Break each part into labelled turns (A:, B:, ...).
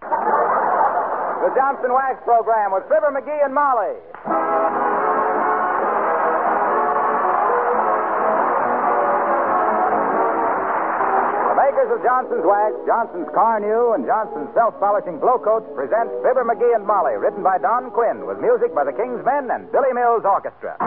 A: The Johnson Wax Program with Fibber McGee and Molly. The makers of Johnson's Wax, Johnson's Carnew, and Johnson's Self Polishing Blow Coats present Fibber McGee and Molly, written by Don Quinn, with music by the King's Men and Billy Mills Orchestra.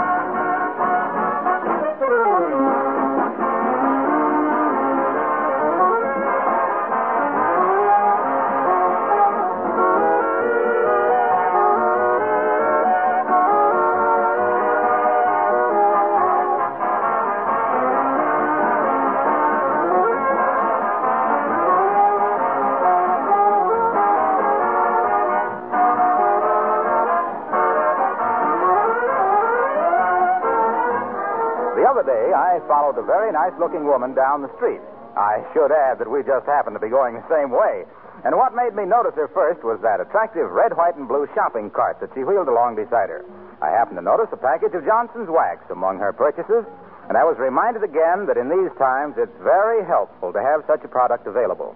A: The other day, I followed a very nice looking woman down the street. I should add that we just happened to be going the same way. And what made me notice her first was that attractive red, white, and blue shopping cart that she wheeled along beside her. I happened to notice a package of Johnson's wax among her purchases, and I was reminded again that in these times it's very helpful to have such a product available.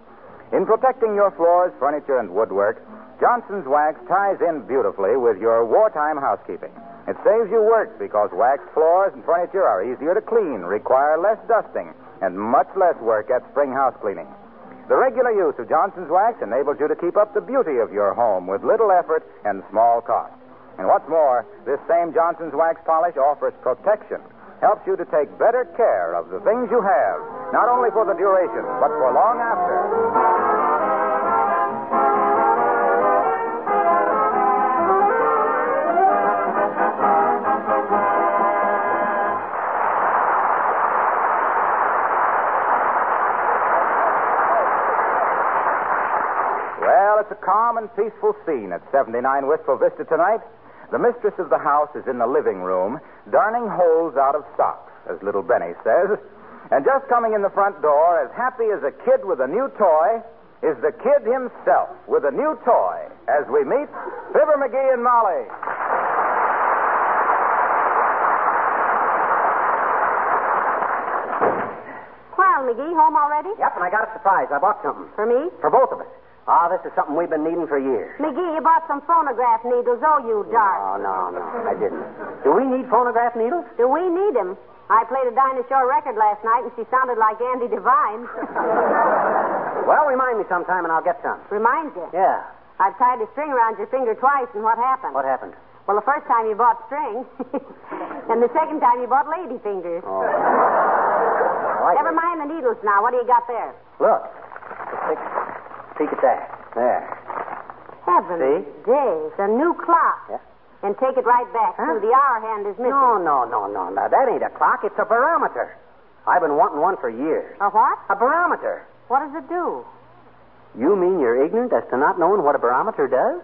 A: In protecting your floors, furniture, and woodwork, Johnson's wax ties in beautifully with your wartime housekeeping. It saves you work because waxed floors and furniture are easier to clean, require less dusting, and much less work at spring house cleaning. The regular use of Johnson's wax enables you to keep up the beauty of your home with little effort and small cost. And what's more, this same Johnson's wax polish offers protection, helps you to take better care of the things you have, not only for the duration, but for long after. Well, it's a calm and peaceful scene at 79 Wistful Vista tonight. The mistress of the house is in the living room, darning holes out of socks, as little Benny says. And just coming in the front door, as happy as a kid with a new toy, is the kid himself with a new toy as we meet Fibber McGee and Molly.
B: Well, McGee, home already?
C: Yep, and I got a surprise. I bought something.
B: For me?
C: For both of us. Ah, this is something we've been needing for years.
B: McGee, you bought some phonograph needles, oh, you dark.
C: Oh, no, no, I didn't. Do we need phonograph needles?
B: Do we need them? I played a Dinah Shore record last night, and she sounded like Andy Devine.
C: Well, remind me sometime and I'll get some.
B: Reminds you.
C: Yeah.
B: I've tied a string around your finger twice, and what happened?
C: What happened?
B: Well, the first time you bought string, and the second time you bought lady fingers.
C: Oh. All right,
B: Never
C: wait.
B: mind the needles now. What do you got there?
C: Look. Take, peek at that. There.
B: Heavenly days, a new clock.
C: Yeah.
B: And take it right back.
C: Huh?
B: too. The hour hand is missing.
C: No, no, no, no. Now, that ain't a clock. It's a barometer. I've been wanting one for years.
B: A what?
C: A barometer.
B: What does it do?
C: You mean you're ignorant as to not knowing what a barometer does?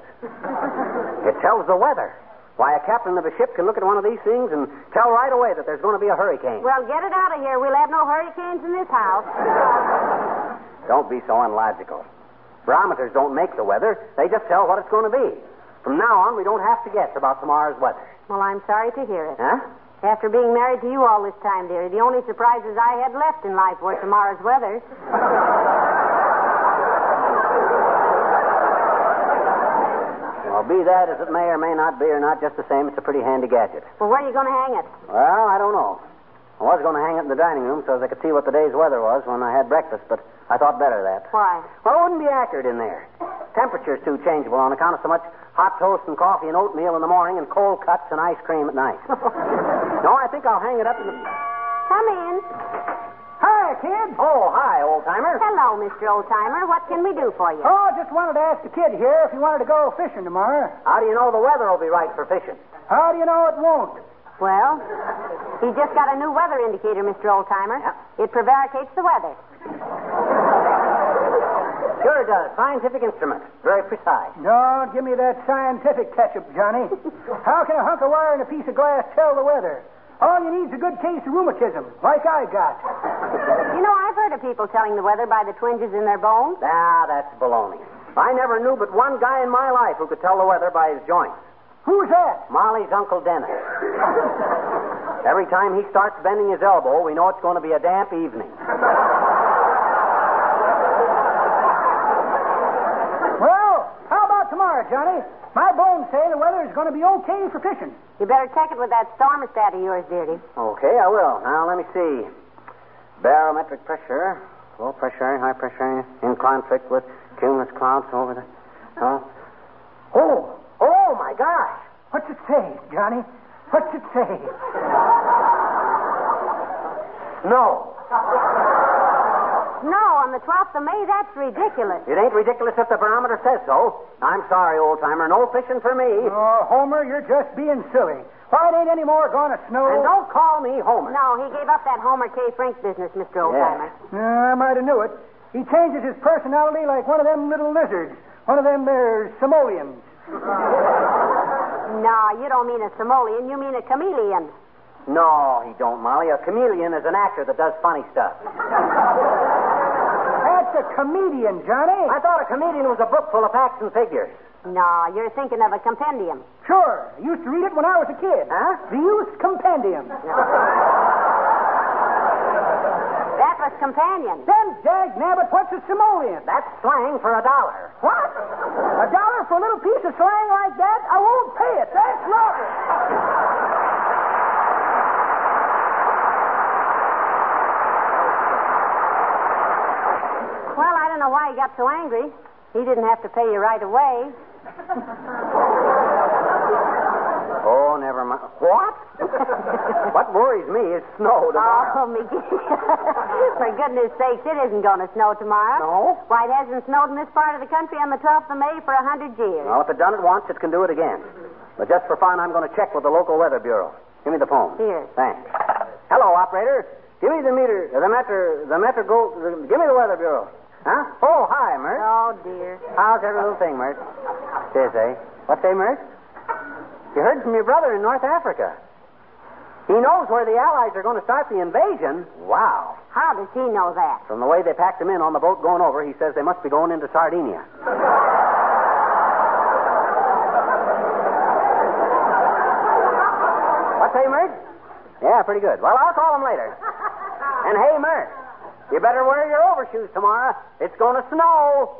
C: it tells the weather. Why, a captain of a ship can look at one of these things and tell right away that there's going to be a hurricane.
B: Well, get it out of here. We'll have no hurricanes in this house.
C: Don't be so unlogical. Barometers don't make the weather, they just tell what it's going to be. From now on, we don't have to guess about tomorrow's weather.
B: Well, I'm sorry to hear it.
C: Huh?
B: After being married to you all this time, dear, the only surprises I had left in life were tomorrow's weather.
C: Well, be that as it may or may not be or not, just the same, it's a pretty handy gadget.
B: Well, where are you going to hang it?
C: Well, I don't know. I was going to hang it in the dining room so as I could see what the day's weather was when I had breakfast, but I thought better of that.
B: Why?
C: Well, it wouldn't be accurate in there. Temperature's too changeable on account of so much hot toast and coffee and oatmeal in the morning and cold cuts and ice cream at night. no, I think I'll hang it up in the.
B: Come in.
D: Hi, kid.
C: Oh, hi, old timer.
B: Hello, Mr. Oldtimer. What can we do for you?
D: Oh, I just wanted to ask the kid here if he wanted to go fishing tomorrow.
C: How do you know the weather will be right for fishing?
D: How do you know it won't?
B: Well, he just got a new weather indicator, Mr. Oldtimer. It prevaricates the weather.
C: Sure does. Scientific instrument. Very precise.
D: Don't give me that scientific ketchup, Johnny. How can a hunk of wire and a piece of glass tell the weather? All you need's a good case of rheumatism, like I got.
B: You know, I've heard of people telling the weather by the twinges in their bones.
C: Ah, that's baloney. I never knew but one guy in my life who could tell the weather by his joints.
D: Who's that?
C: Molly's Uncle Dennis. Every time he starts bending his elbow, we know it's going to be a damp evening.
D: Well, how about tomorrow, Johnny? My bones say the weather is going to be okay for fishing.
B: You better check it with that thermostat of yours, dearie.
C: Okay, I will. Now, let me see. Barometric pressure, low pressure, high pressure, in conflict with cumulus clouds over the. Huh? Oh, oh my gosh!
D: What's it say, Johnny? What's it say?
C: No,
B: No, on the 12th of May, that's ridiculous.
C: it ain't ridiculous if the barometer says so. I'm sorry, old timer. No fishing for me.
D: Oh, Homer, you're just being silly. Why, it ain't any more going to snow.
C: And don't call me Homer.
B: No, he gave up that Homer K. Frank business, Mr. Oldtimer.
D: Uh, I might have knew it. He changes his personality like one of them little lizards, one of them there simoleons.
B: No, you don't mean a simoleon, you mean a chameleon.
C: No, he don't, Molly. A chameleon is an actor that does funny stuff.
D: That's a comedian, Johnny.
C: I thought a comedian was a book full of facts and figures.
B: No, you're thinking of a compendium.
D: Sure, I used to read it when I was a kid.
C: Huh?
D: The Youth's Compendium.
B: That was companion.
D: Then, dag nabbit, what's a simoleon?
C: That's slang for a dollar.
D: What? A dollar for a little piece of slang like that? I won't pay it. That's robbery.
B: Well, I don't know why he got so angry. He didn't have to pay you right away.
C: Oh, never mind. What? what worries me is snow
B: Oh,
C: tomorrow.
B: McGee. For goodness sakes, it isn't going to snow tomorrow.
C: No?
B: Why, it hasn't snowed in this part of the country on the 12th of May for a 100 years.
C: Well, if it done it once, it can do it again. But just for fun, I'm going to check with the local weather bureau. Give me the phone.
B: Here.
C: Thanks. Hello, operator. Give me the meter, the meter, the meter go. The, give me the weather bureau. Huh? Oh, hi, Mert.
B: Oh, dear.
C: How's every little thing, Mert? Says, eh? What say, Mert? You heard from your brother in North Africa. He knows where the Allies are going to start the invasion. Wow.
B: How does he know that?
C: From the way they packed him in on the boat going over, he says they must be going into Sardinia. What say, Mert? Yeah, pretty good. Well, I'll call him later. And hey, Mert, you better wear your overshoes tomorrow. It's going to snow.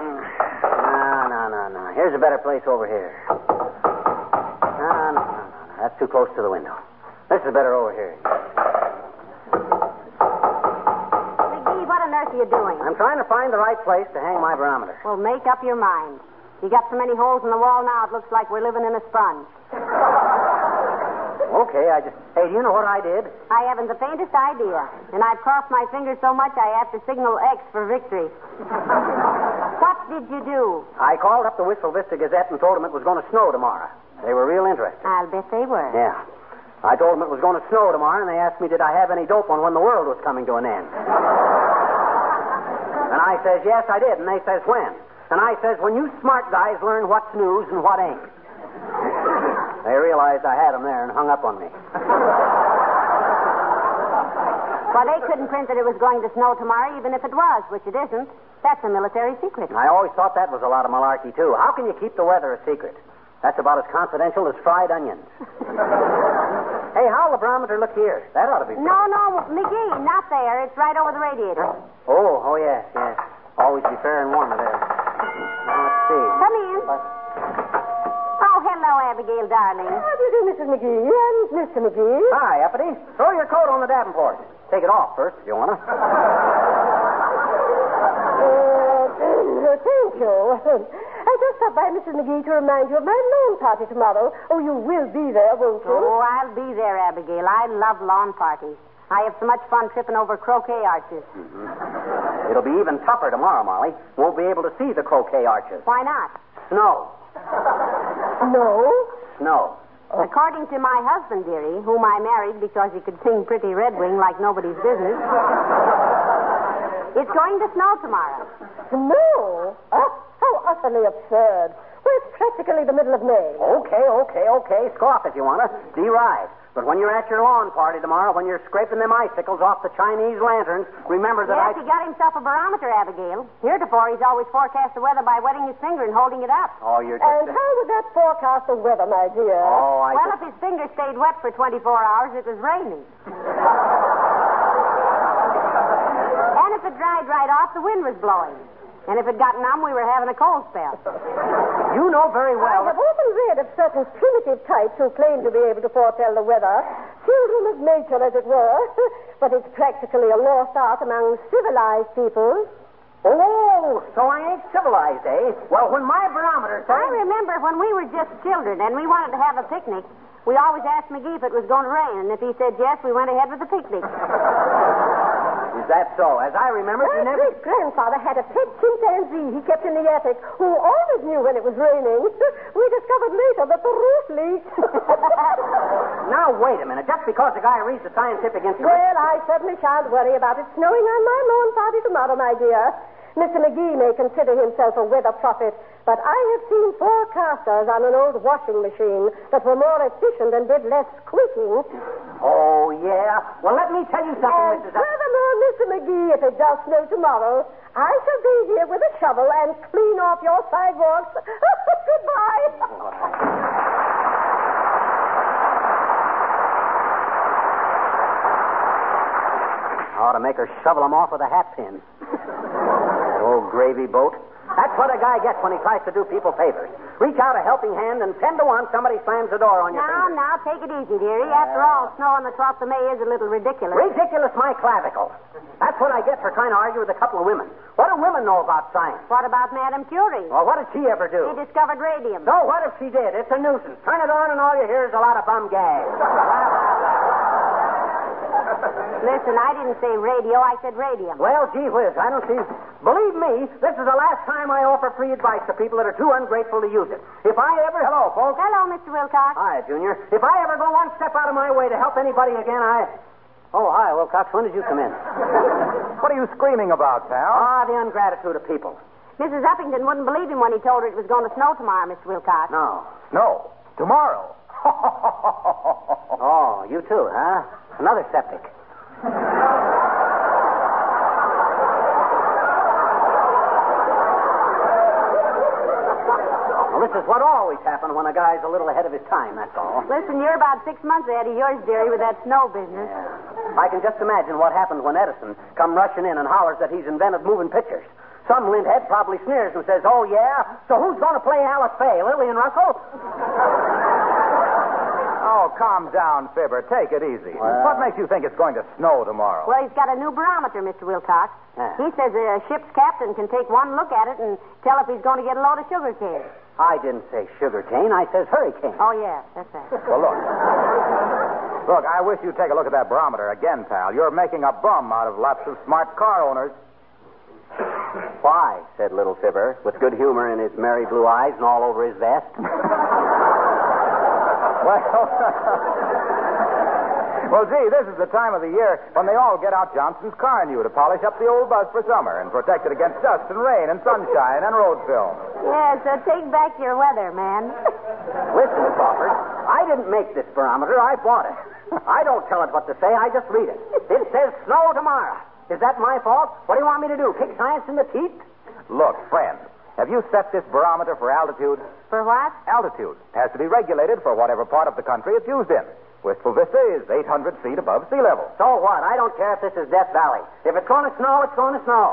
C: No, no, no, no. Here's a better place over here. No, no, no, no. no. That's too close to the window. This is better over here.
B: McGee, what on earth are you doing?
C: I'm trying to find the right place to hang my barometer.
B: Well, make up your mind. You got so many holes in the wall now, it looks like we're living in a sponge.
C: Okay, I just. Hey, do you know what I did?
B: I haven't the faintest idea. And I've crossed my fingers so much I have to signal X for victory. what did you do?
C: I called up the Whistle Vista Gazette and told them it was going to snow tomorrow. They were real interested.
B: I'll bet they were.
C: Yeah. I told them it was going to snow tomorrow, and they asked me did I have any dope on when the world was coming to an end. and I says, yes, I did. And they says, when? And I says, when you smart guys learn what's news and what ain't. they realized I had them there and hung up on me.
B: Well, they couldn't print that it was going to snow tomorrow, even if it was, which it isn't. That's a military secret.
C: And I always thought that was a lot of malarkey, too. How can you keep the weather a secret? That's about as confidential as fried onions. hey, how'll the barometer look here? That ought to be.
B: No, no, McGee, not there. It's right over the radiator.
C: Oh, oh, yes, yes. Always be fair and warm there. Now, let's see.
B: Come in. Oh, hello, Abigail, darling.
E: How do you do, Mrs. McGee? And Mr. McGee?
C: Hi, Uppity. Throw your coat on the Davenport. Take it off first if you want to.
E: Uh, thank you. I just stopped by, Mrs. McGee, to remind you of my lawn party tomorrow. Oh, you will be there, won't you?
B: Oh, I'll be there, Abigail. I love lawn parties. I have so much fun tripping over croquet arches.
C: It'll be even tougher tomorrow, Molly. Won't be able to see the croquet arches.
B: Why not?
C: Snow.
E: No?
C: Snow.
B: According to my husband, dearie, whom I married because he could sing Pretty Red Wing like nobody's business, it's going to snow tomorrow.
E: No? Oh, how utterly absurd. Well, it's practically the middle of May.
C: Okay, okay, okay. Scoff if you want to. Deride. But when you're at your lawn party tomorrow, when you're scraping them icicles off the Chinese lanterns, remember that
B: Yes, he
C: I.
B: got himself a barometer, Abigail. Heretofore, he's always forecast the weather by wetting his finger and holding it up.
C: Oh, you're
E: And
C: just.
E: how would that forecast the weather, my dear?
C: Oh,
B: Uh,
C: I.
B: Well, if
C: just-
B: his finger stayed wet for 24 hours, it was raining. and if it dried right off, the wind was blowing. And if it got numb, we were having a cold spell. uh,
C: You know very well.
E: I have often read of certain primitive types who claim to be able to foretell the weather, children of nature, as it were, but it's practically a lost art among civilized people.
C: Oh, so I ain't civilized, eh? Well, when my
B: I
C: barometer says.
B: remember when we were just children and we wanted to have a picnic, we always asked McGee if it was going to rain, and if he said yes, we went ahead with the picnic.
C: Is that so? As I remember,
E: My
C: you never.
E: great grandfather had a pet chimpanzee he kept in the attic who always knew when it was raining. we discovered later that the roof leaked.
C: Now, wait a minute. Just because a guy reads the scientific encyclopedia.
E: well, I certainly shan't worry about it snowing on my lawn party tomorrow, my dear. Mr. McGee may consider himself a weather prophet, but I have seen forecasters on an old washing machine that were more efficient and did less squeaking.
C: Oh, yeah. Well, let me tell you
B: Uh,
E: And
C: something, Mrs. Up-
E: furthermore, Mr. McGee, if it does snow tomorrow, I shall be here with a shovel and clean off your sidewalks. Goodbye.
C: I ought to make her shovel him off with a hat pin. that old gravy boat. That's what a guy gets when he tries to do people favors. Reach out a helping hand, and ten to one, somebody slams the door on your
B: now, now, take it
C: finger.
B: easy, dearie. After all, snow on the 12th of May is a little ridiculous.
C: Ridiculous, my clavicle. That's what I get for trying to argue with a couple of women. What do women know about science?
B: What about Madame Curie?
C: Well, what did she ever do?
B: She discovered radium.
C: So what if she did? It's a nuisance. Turn it on, and all you hear is a lot of bum gas.
B: Listen, I didn't say radio, I said radium.
C: Well, gee whiz, I don't see. Believe me, this is the last time I offer free advice to people that are too ungrateful to use it. If I ever, hello, folks.
B: Hello, Mr. Wilcox.
C: Hi, Junior. If I ever go one step out of my way to help anybody again, I. Oh, hi, Wilcox. When did you come in?
A: What are you screaming about, pal?
C: ah, the ingratitude of people.
B: Mrs. Uppington wouldn't believe him when he told her it was going to snow tomorrow, Mr. Wilcox.
C: No.
A: No. Tomorrow.
C: Oh, you too, huh? Another septic. well, this is what always happens when a guy's a little ahead of his time, that's all.
B: Listen, you're about six months ahead of yours, dearie, with that snow business.
C: Yeah. I can just imagine what happened when Edison come rushing in and hollers that he's invented moving pictures. Some linthead probably sneers and says, "Oh yeah, so who's going to play Alice Faye, Lillian Russell?"
A: Oh, calm down, Fibber. Take it easy.
C: Well-
A: What makes you think it's going to snow tomorrow?
B: Well, he's got a new barometer, Mr. Wilcox.
C: Yeah.
B: He says a ship's captain can take one look at it and tell if he's going to get a load of sugar cane.
C: I didn't say sugar cane. I says hurricane.
B: Oh, yeah, that's right.
A: Well, look. Look, I wish you'd take a look at that barometer again, pal. You're making a bum out of lots of smart car owners.
C: Why? said little Fibber, with good humor in his merry blue eyes and all over his vest.
A: Well, well, gee, this is the time of the year when they all get out Johnson's car new to polish up the old bus for summer and protect it against dust and rain and sunshine and road film.
B: yeah, so take back your weather, man.
C: Listen, Crawford, I didn't make this barometer. I bought it. I don't tell it what to say. I just read it. It says snow tomorrow. Is that my fault? What do you want me to do? Kick science in the teeth?
A: Look, friend, have you set this barometer for altitude?
B: For what?
A: Altitude has to be regulated for whatever part of the country it's used in. Wistful Vista is 800 feet above sea level.
C: So what? I don't care if this is Death Valley. If it's going to snow, it's going to snow.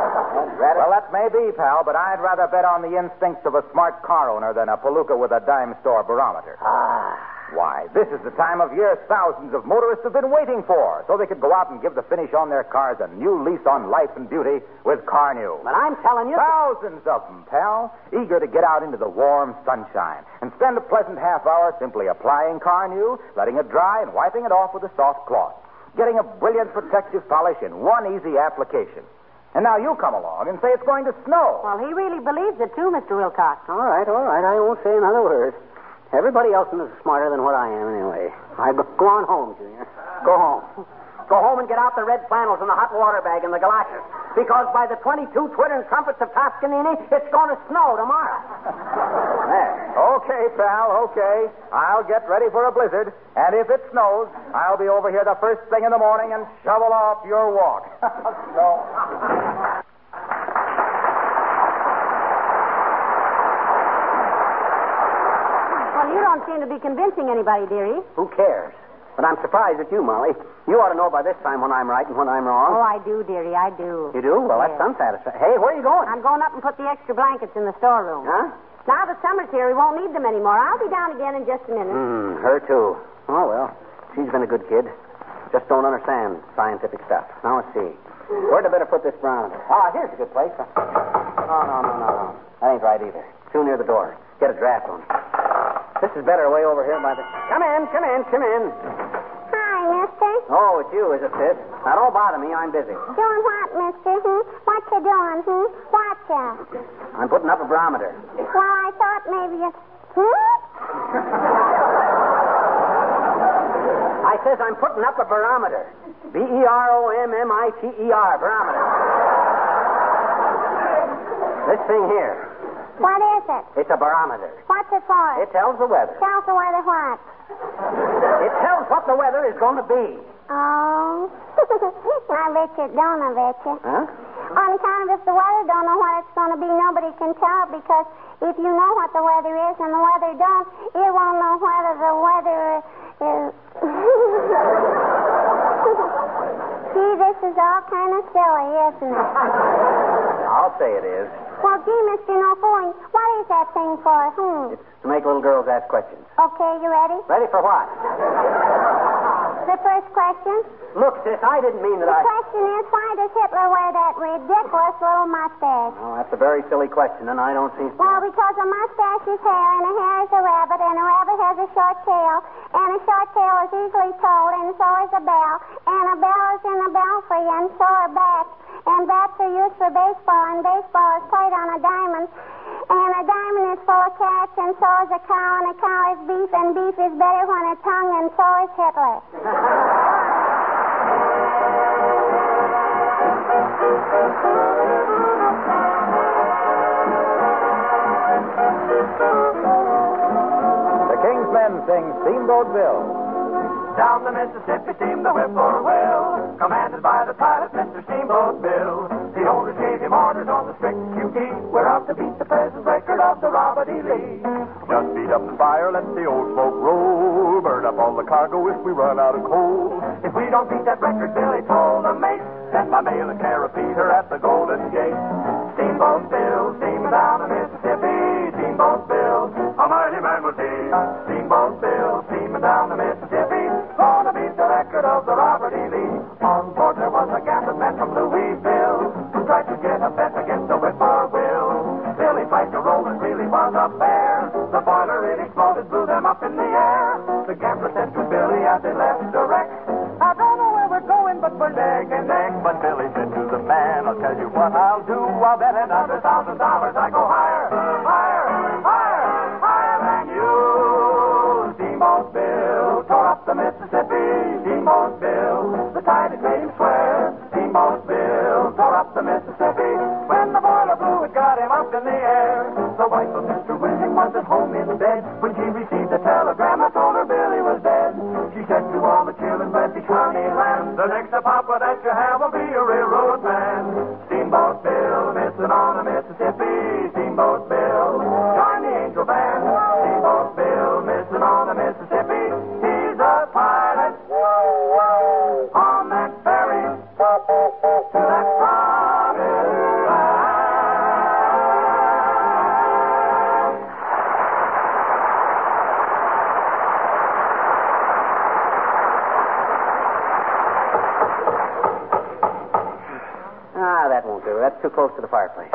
A: Well, that may be, pal, but I'd rather bet on the instincts of a smart car owner than a palooka with a dime store barometer. Why, this is the time of year thousands of motorists have been waiting for, so they could go out and give the finish on their cars a new lease on life and beauty with Car New.
C: But I'm telling you.
A: Thousands of them, pal, eager to get out into the warm sunshine and spend a pleasant half hour simply applying Carnew, letting it dry, and wiping it off with a soft cloth, getting a brilliant protective polish in one easy application. And now you come along and say it's going to snow.
B: Well, he really believes it, too, Mr. Wilcox.
C: All right, all right. I won't say another word. Everybody else is smarter than what I am, anyway. I go, go on home, Junior. Go home. Go home and get out the red flannels and the hot water bag and the galoshes. Because by the 22 twittering trumpets of Toscanini, it's going to snow tomorrow. there.
A: Okay, pal, okay. I'll get ready for a blizzard, and if it snows, I'll be over here the first thing in the morning and shovel off your walk.
B: Well, you don't seem to be convincing anybody, dearie.
C: Who cares? But I'm surprised at you, Molly. You ought to know by this time when I'm right and when I'm
B: Oh,
C: wrong.
B: I do, dearie, I do.
C: You do? Well, that's
B: Yes.
C: some satisfaction. Hey, where are you going?
B: I'm going up and put the extra blankets in the storeroom.
C: Huh?
B: Now that summer's here, we won't need them anymore. I'll be down again in just a minute.
C: Mm, her too. Oh well, she's been a good kid. Just don't understand scientific stuff. Now let's see. Where'd I better put this barometer? Ah, here's a good place. Oh no no no no, that ain't right either. Too near the door. Get a draft on it. This is better way over here by the. Come in, come in, come in.
F: Hi, mister.
C: Oh, it's you, is it, Sid? Now don't bother me. I'm busy.
F: Doing what, mister? Hmm? What you doing? Hmm? Whatcha?
C: I'm putting up a barometer.
F: Well, I thought maybe you. Hmm?
C: I says I'm putting up a barometer. B E R O M M I T E R barometer. this thing here.
F: What is it?
C: It's a barometer.
F: What's it for?
C: It tells the weather.
F: Tell the weather what?
C: It tells what the weather is going to be.
F: Oh. I bet you don't, I bet you.
C: Huh?
F: On account of if the weather don't know what it's going to be, nobody can tell because if you know what the weather is and the weather don't, it won't know whether the weather is. Gee, this is all kind of silly, isn't it?
C: I'll say it is.
F: Well, gee, Mr. No Fooling, what is that thing for? Hmm.
C: It's to make little girls ask questions.
F: Okay, you ready?
C: Ready for what?
F: The first question.
C: Look, sis, I didn't mean that
F: The
C: I.
F: question is, why does Hitler wear that ridiculous little mustache?
C: Oh, that's a very silly question, and I don't see.
F: Well, because a mustache is hair, and a hair is a rabbit, and a rabbit has a short tail, and a short tail is easily told, and so is a bell, and a bell is in a belfry, and so are bats, and bats are used for baseball, and baseball is played on a diamond, and a diamond is full of cats, and so is a cow, and a cow is beef, and beef is better when it's hung, and so is Hitler.
A: The King's Men sing Steamboat Bill.
G: Down the Mississippi steamed the whippoorwill, commanded by the pilot, Mr. Steamboat Bill. The owners gave him orders on the strict QT, we're out to beat the present record of the Robert E. Lee. Just beat up the fire, let the old smoke roll, burn up all the cargo if we run out of coal. If we don't beat that record, Billy told the mate, send my mail and carabiner at the Golden Gate. Steamboat Bill, steaming down the Mississippi, Steamboat Bill, a mighty man was he. Steamboat Bill, steaming and down the Mississippi. Gonna beat the record of the Robert E. Lee. On board there was a gambling man from Louisville who tried to get a bet against the whippoorwill. Billy Fighter rolling really was a bear. The boiler it exploded, blew them up in the air. The gambler said to Billy as they left the wreck, I don't know where we're going, but we're neck and neck. But Billy said to the man, I'll tell you what I'll do. I'll bet another thousand dollars I go higher, higher, higher, higher than you. Steamboat Bill tore up the Mississippi. Steamboat Bill, the tide had made him swear. Steamboat Bill tore up the Mississippi. When the boiler blew, it got him up in the air. The wife of Mr. Winnick was at home in bed when she received the telegram that told her Billy was dead. She said to all the children, "Bless you, Honeyland, the next papa that you have will be a railroad man." Steamboat Bill, missing on the Mississippi. Steamboat Bill, join the Angel Band. Steamboat Bill, missing on the Mississippi. He's a pilot on that ferry to that promised land.
C: Ah, that won't do. That's too close to the fireplace.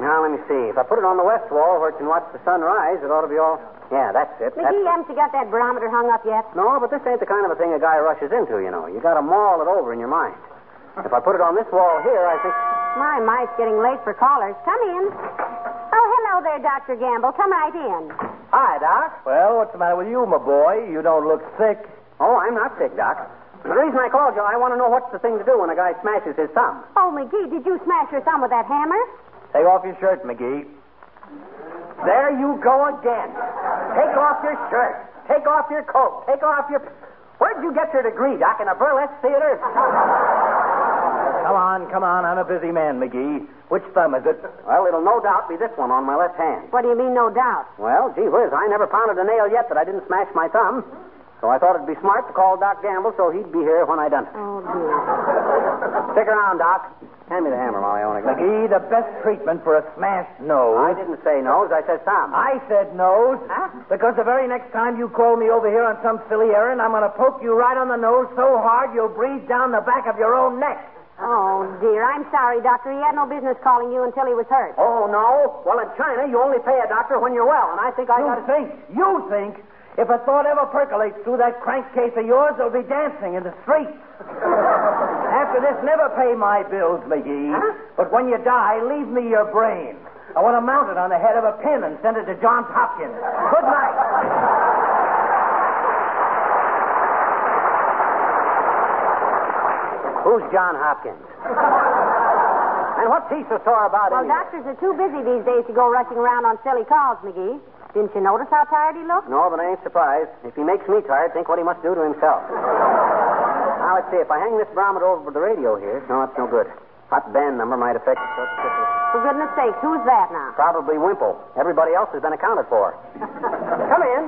C: Now, let me see. If I put it on the west wall where it can watch the sun rise, it ought to be all. Yeah, that's it. Mm, That's-
B: McGee, haven't you E got that barometer hung up yet?
C: No, but this ain't the kind of a thing a guy rushes into, you know. You gotta maul it over in your mind. If I put it on this wall here, I think.
B: My, my, it's getting late for callers. Come in. Oh, hello there, Dr. Gamble. Come right in.
C: Hi, Doc.
H: Well, what's the matter with you, my boy? You don't look sick.
C: Oh, I'm not sick, Doc. The reason I called you, I want to know what's the thing to do when a guy smashes his thumb.
B: Oh, McGee, did you smash your thumb with that hammer?
H: Take off your shirt, McGee.
C: There you go again. Take off your shirt. Take off your coat. Take off your. Where'd you get your degree, Doc? In a burlesque theater?
H: Come on, come on. I'm a busy man, McGee. Which thumb is it?
C: Well, it'll no doubt be this one on my left hand.
B: What do you mean, no doubt?
C: Well, gee whiz, I never pounded a nail yet that I didn't smash my thumb. So I thought it'd be smart to call Doc Gamble so he'd be here when I done it.
B: Oh, dear.
C: Stick around, Doc. Hand me the hammer, Molly. I want to go.
H: McGee, the best treatment for a smashed nose.
C: I didn't say nose. I said thumb.
H: I said nose. Because the very next time you call me over here on some silly errand, I'm going to poke you right on the nose so hard you'll breathe down the back of your own neck.
B: Oh, dear. I'm sorry, Doctor. He had no business calling you until he was hurt.
C: Oh, no? Well, in China, you only pay a doctor when you're well, and I think I
H: you
C: got to...
H: think, you think, if a thought ever percolates through that crankcase of yours, there'll be dancing in the streets. After this, never pay my bills, McGee. But when you die, leave me your brain. I want to mount it on the head of a pin and send it to Johns Hopkins. Good night.
C: Who's John Hopkins? and what's he so sore about
B: Well,
C: anyway?
B: doctors are too busy these days to go rushing around on silly calls, McGee. Didn't you notice how tired he looked?
C: No, but I ain't surprised. If he makes me tired, think what he must do to himself. now, let's see. If I hang this barometer over the radio here... No, that's no good. Hot band number might affect...
B: For goodness sakes, who's that now?
C: Probably Wimple. Everybody else has been accounted for. Come in.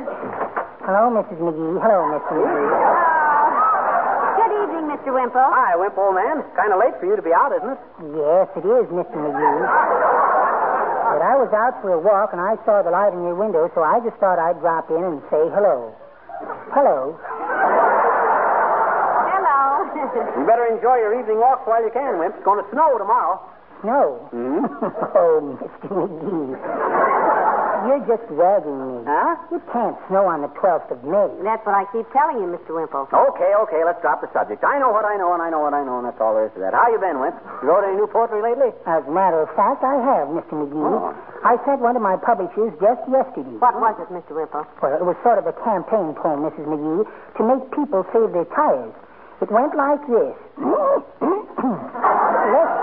D: Hello, Mrs. McGee. Hello, Mr. McGee.
B: Good evening, Mr. Wimple.
C: Hi, Wimp, old man. Kind of late for you to be out, isn't it?
D: Yes, it is, Mr. McGee. But I was out for a walk and I saw the light in your window, so I just thought I'd drop in and say hello. Hello.
B: Hello.
C: You better enjoy your evening walks while you can, Wimp. It's going to snow tomorrow.
D: No.
C: Hmm?
D: Oh, Mr. McGee. You're just wagging me.
C: Huh?
D: It can't snow on the 12th of May.
B: That's what I keep telling you, Mr. Wimple.
C: Okay, okay, let's drop the subject. I know what I know, and I know what I know, and that's all there is to that. How you been, Wimp? You wrote any new poetry lately?
D: As a matter of fact, I have, Mr. McGee.
C: Oh.
D: I sent one to my publishers just yesterday.
B: What was it, Mr. Wimple?
D: Well, it was sort of a campaign poem, Mrs. McGee, to make people save their tires. It went like this. let's,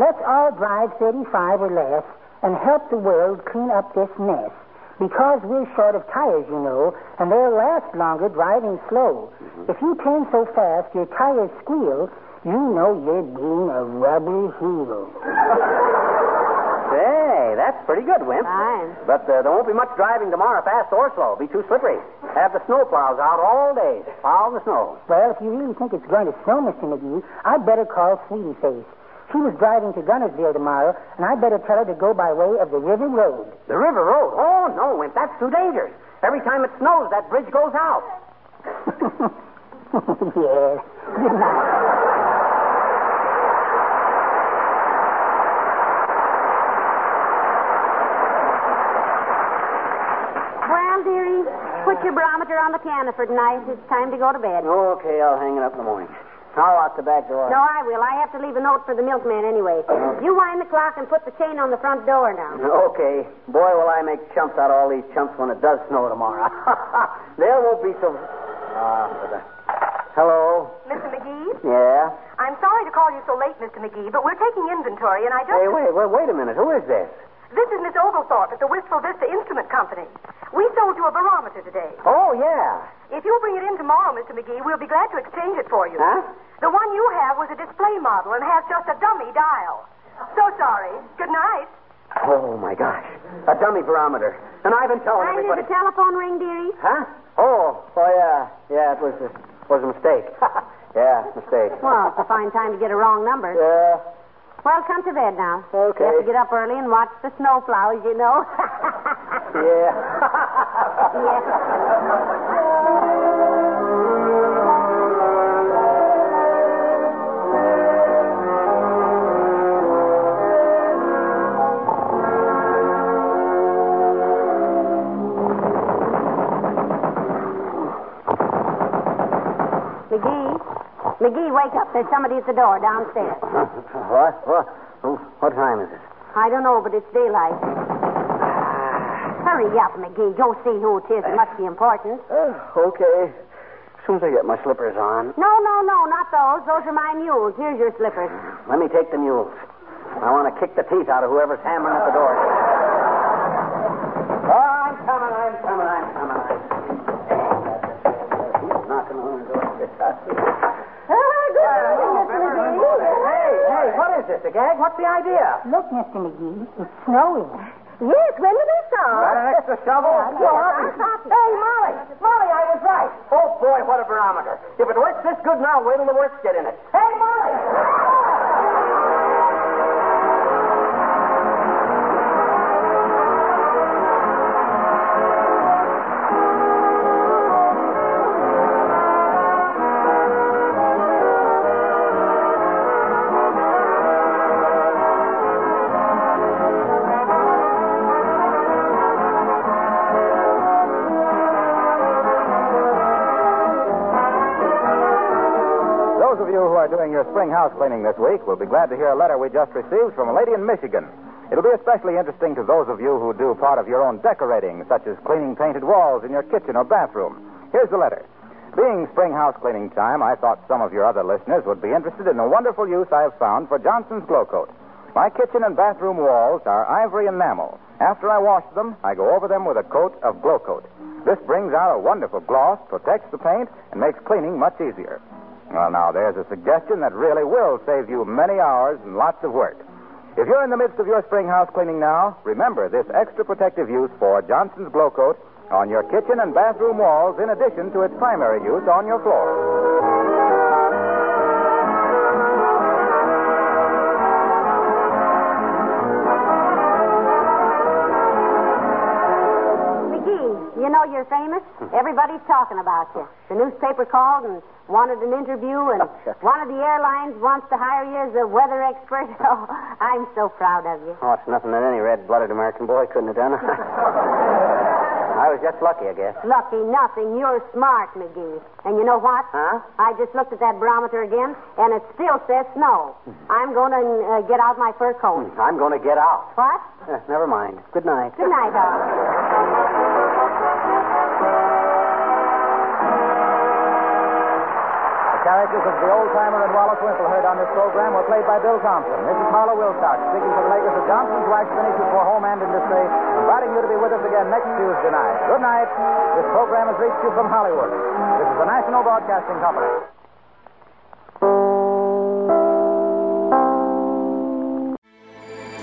D: let's all drive 35 or less and help the world clean up this mess. Because we're short of tires, you know, and they'll last longer driving slow. If you turn so fast your tires squeal, you know you're being a rubber heel.
C: Say, that's pretty good, Wimp.
B: Fine.
C: But uh, there won't be much driving tomorrow, fast or slow. Be too slippery. Have the snow plows out all day. Plow the snow.
D: Well, if you really think it's going to snow, Mr. McGee, I'd better call Sweetie Face. She was driving to Gunnersville tomorrow, and I'd better tell her to go by way of the River Road.
C: The river road. Oh, no, Wimp, that's too dangerous. Every time it snows, that bridge goes out.
D: yes. Good night.
B: Well, dearie, put your barometer on the piano for tonight. It's time to go to bed.
C: Okay, I'll hang it up in the morning. I'll out the back door.
B: No, I will. I have to leave a note for the milkman anyway. You wind the clock and put the chain on the front door now.
C: Okay. Boy, will I make chumps out of all these chumps when it does snow tomorrow. they won't be so. Ah, but, uh, hello?
I: Mr. McGee?
C: Yeah?
I: I'm sorry to call you so late, Mr. McGee, but we're taking inventory, and I just.
C: Hey, wait, wait, wait a minute. Who is this?
I: This is Miss Oglethorpe at the Wistful Vista Instrument Company. We sold you a barometer today.
C: Oh, yeah.
I: If you bring it in tomorrow, Mr. McGee, we'll be glad to exchange it for you.
C: Huh?
I: The one you have was a display model and has just a dummy dial. So sorry. Good night.
C: Oh, my gosh. A dummy barometer. And I've been telling
B: Time did
C: everybody.
B: the telephone ring, dearie?
C: Huh? Oh, oh, yeah. Yeah, it was a, was a mistake. yeah, mistake.
B: Well, it's a fine time to get a wrong number.
C: Yeah.
B: Well, come to bed now. You
C: Okay.
B: have to get up early and watch the snowflowers, you know.
C: Yeah.
B: McGee, McGee, wake up. There's somebody at the door downstairs.
C: what? What? What time is it?
B: I don't know, but it's daylight. Hurry up, McGee. Go see who it is. It must be important.
C: Uh, okay. As soon as I get my slippers on,
B: No, no, no, not those. Those are my mules. Here's your slippers.
C: let me take the mules. I want to kick the teeth out of whoever's hammering at the door. Oh, I'm coming, I'm coming, I'm coming. I'm... He's knocking on the door. hey, hey, what is this, a gag? What's the idea?
D: Look, Mr. McGee, it's snowing.
E: Yes, when did it
C: Got
E: snow?
C: an extra shovel?
E: Hey, Molly.
C: Molly, I was right. Oh, boy, what a barometer. If it works this good now, wait till the works get in it. Hey, Molly!
A: Those of you who are doing your spring house cleaning this week will be glad to hear a letter we just received from a lady in Michigan. It'll be especially interesting to those of you who do part of your own decorating, such as cleaning painted walls in your kitchen or bathroom. Here's the letter. Being spring house cleaning time, I thought some of your other listeners would be interested in the wonderful use I have found for Johnson's Glow Coat. My kitchen and bathroom walls are ivory enamel. After I wash them, I go over them with a coat of Glow Coat. This brings out a wonderful gloss, protects the paint, and makes cleaning much easier. Well, now, there's a suggestion that really will save you many hours and lots of work. If you're in the midst of your spring house cleaning now, remember this extra protective use for Johnson's Glow Coat on your kitchen and bathroom walls, in addition to its primary use on your floor.
B: McGee, you know you're famous. Everybody's talking about you. The newspaper called and wanted an interview, and one of the airlines wants to hire you as a weather expert. Oh, I'm so proud of you.
C: Oh, it's nothing that any red-blooded American boy couldn't have done. I was just lucky, I guess.
B: Lucky nothing. You're smart, McGee. And you know what?
C: Huh?
B: I just looked at that barometer again, and it still says snow. I'm going to uh, get out my fur coat.
C: I'm going to get out.
B: What?
C: Eh, never mind. Good night.
B: Good night, all.
A: The characters of the old timer and Wallace Wimple heard on this program were played by Bill Thompson. This is Harlow Wilcox speaking for the makers of Johnson's Wax Finishes for Home and Industry, inviting you to be with us again next Tuesday night. Good night. This program has reached you from Hollywood. This is the National Broadcasting Company.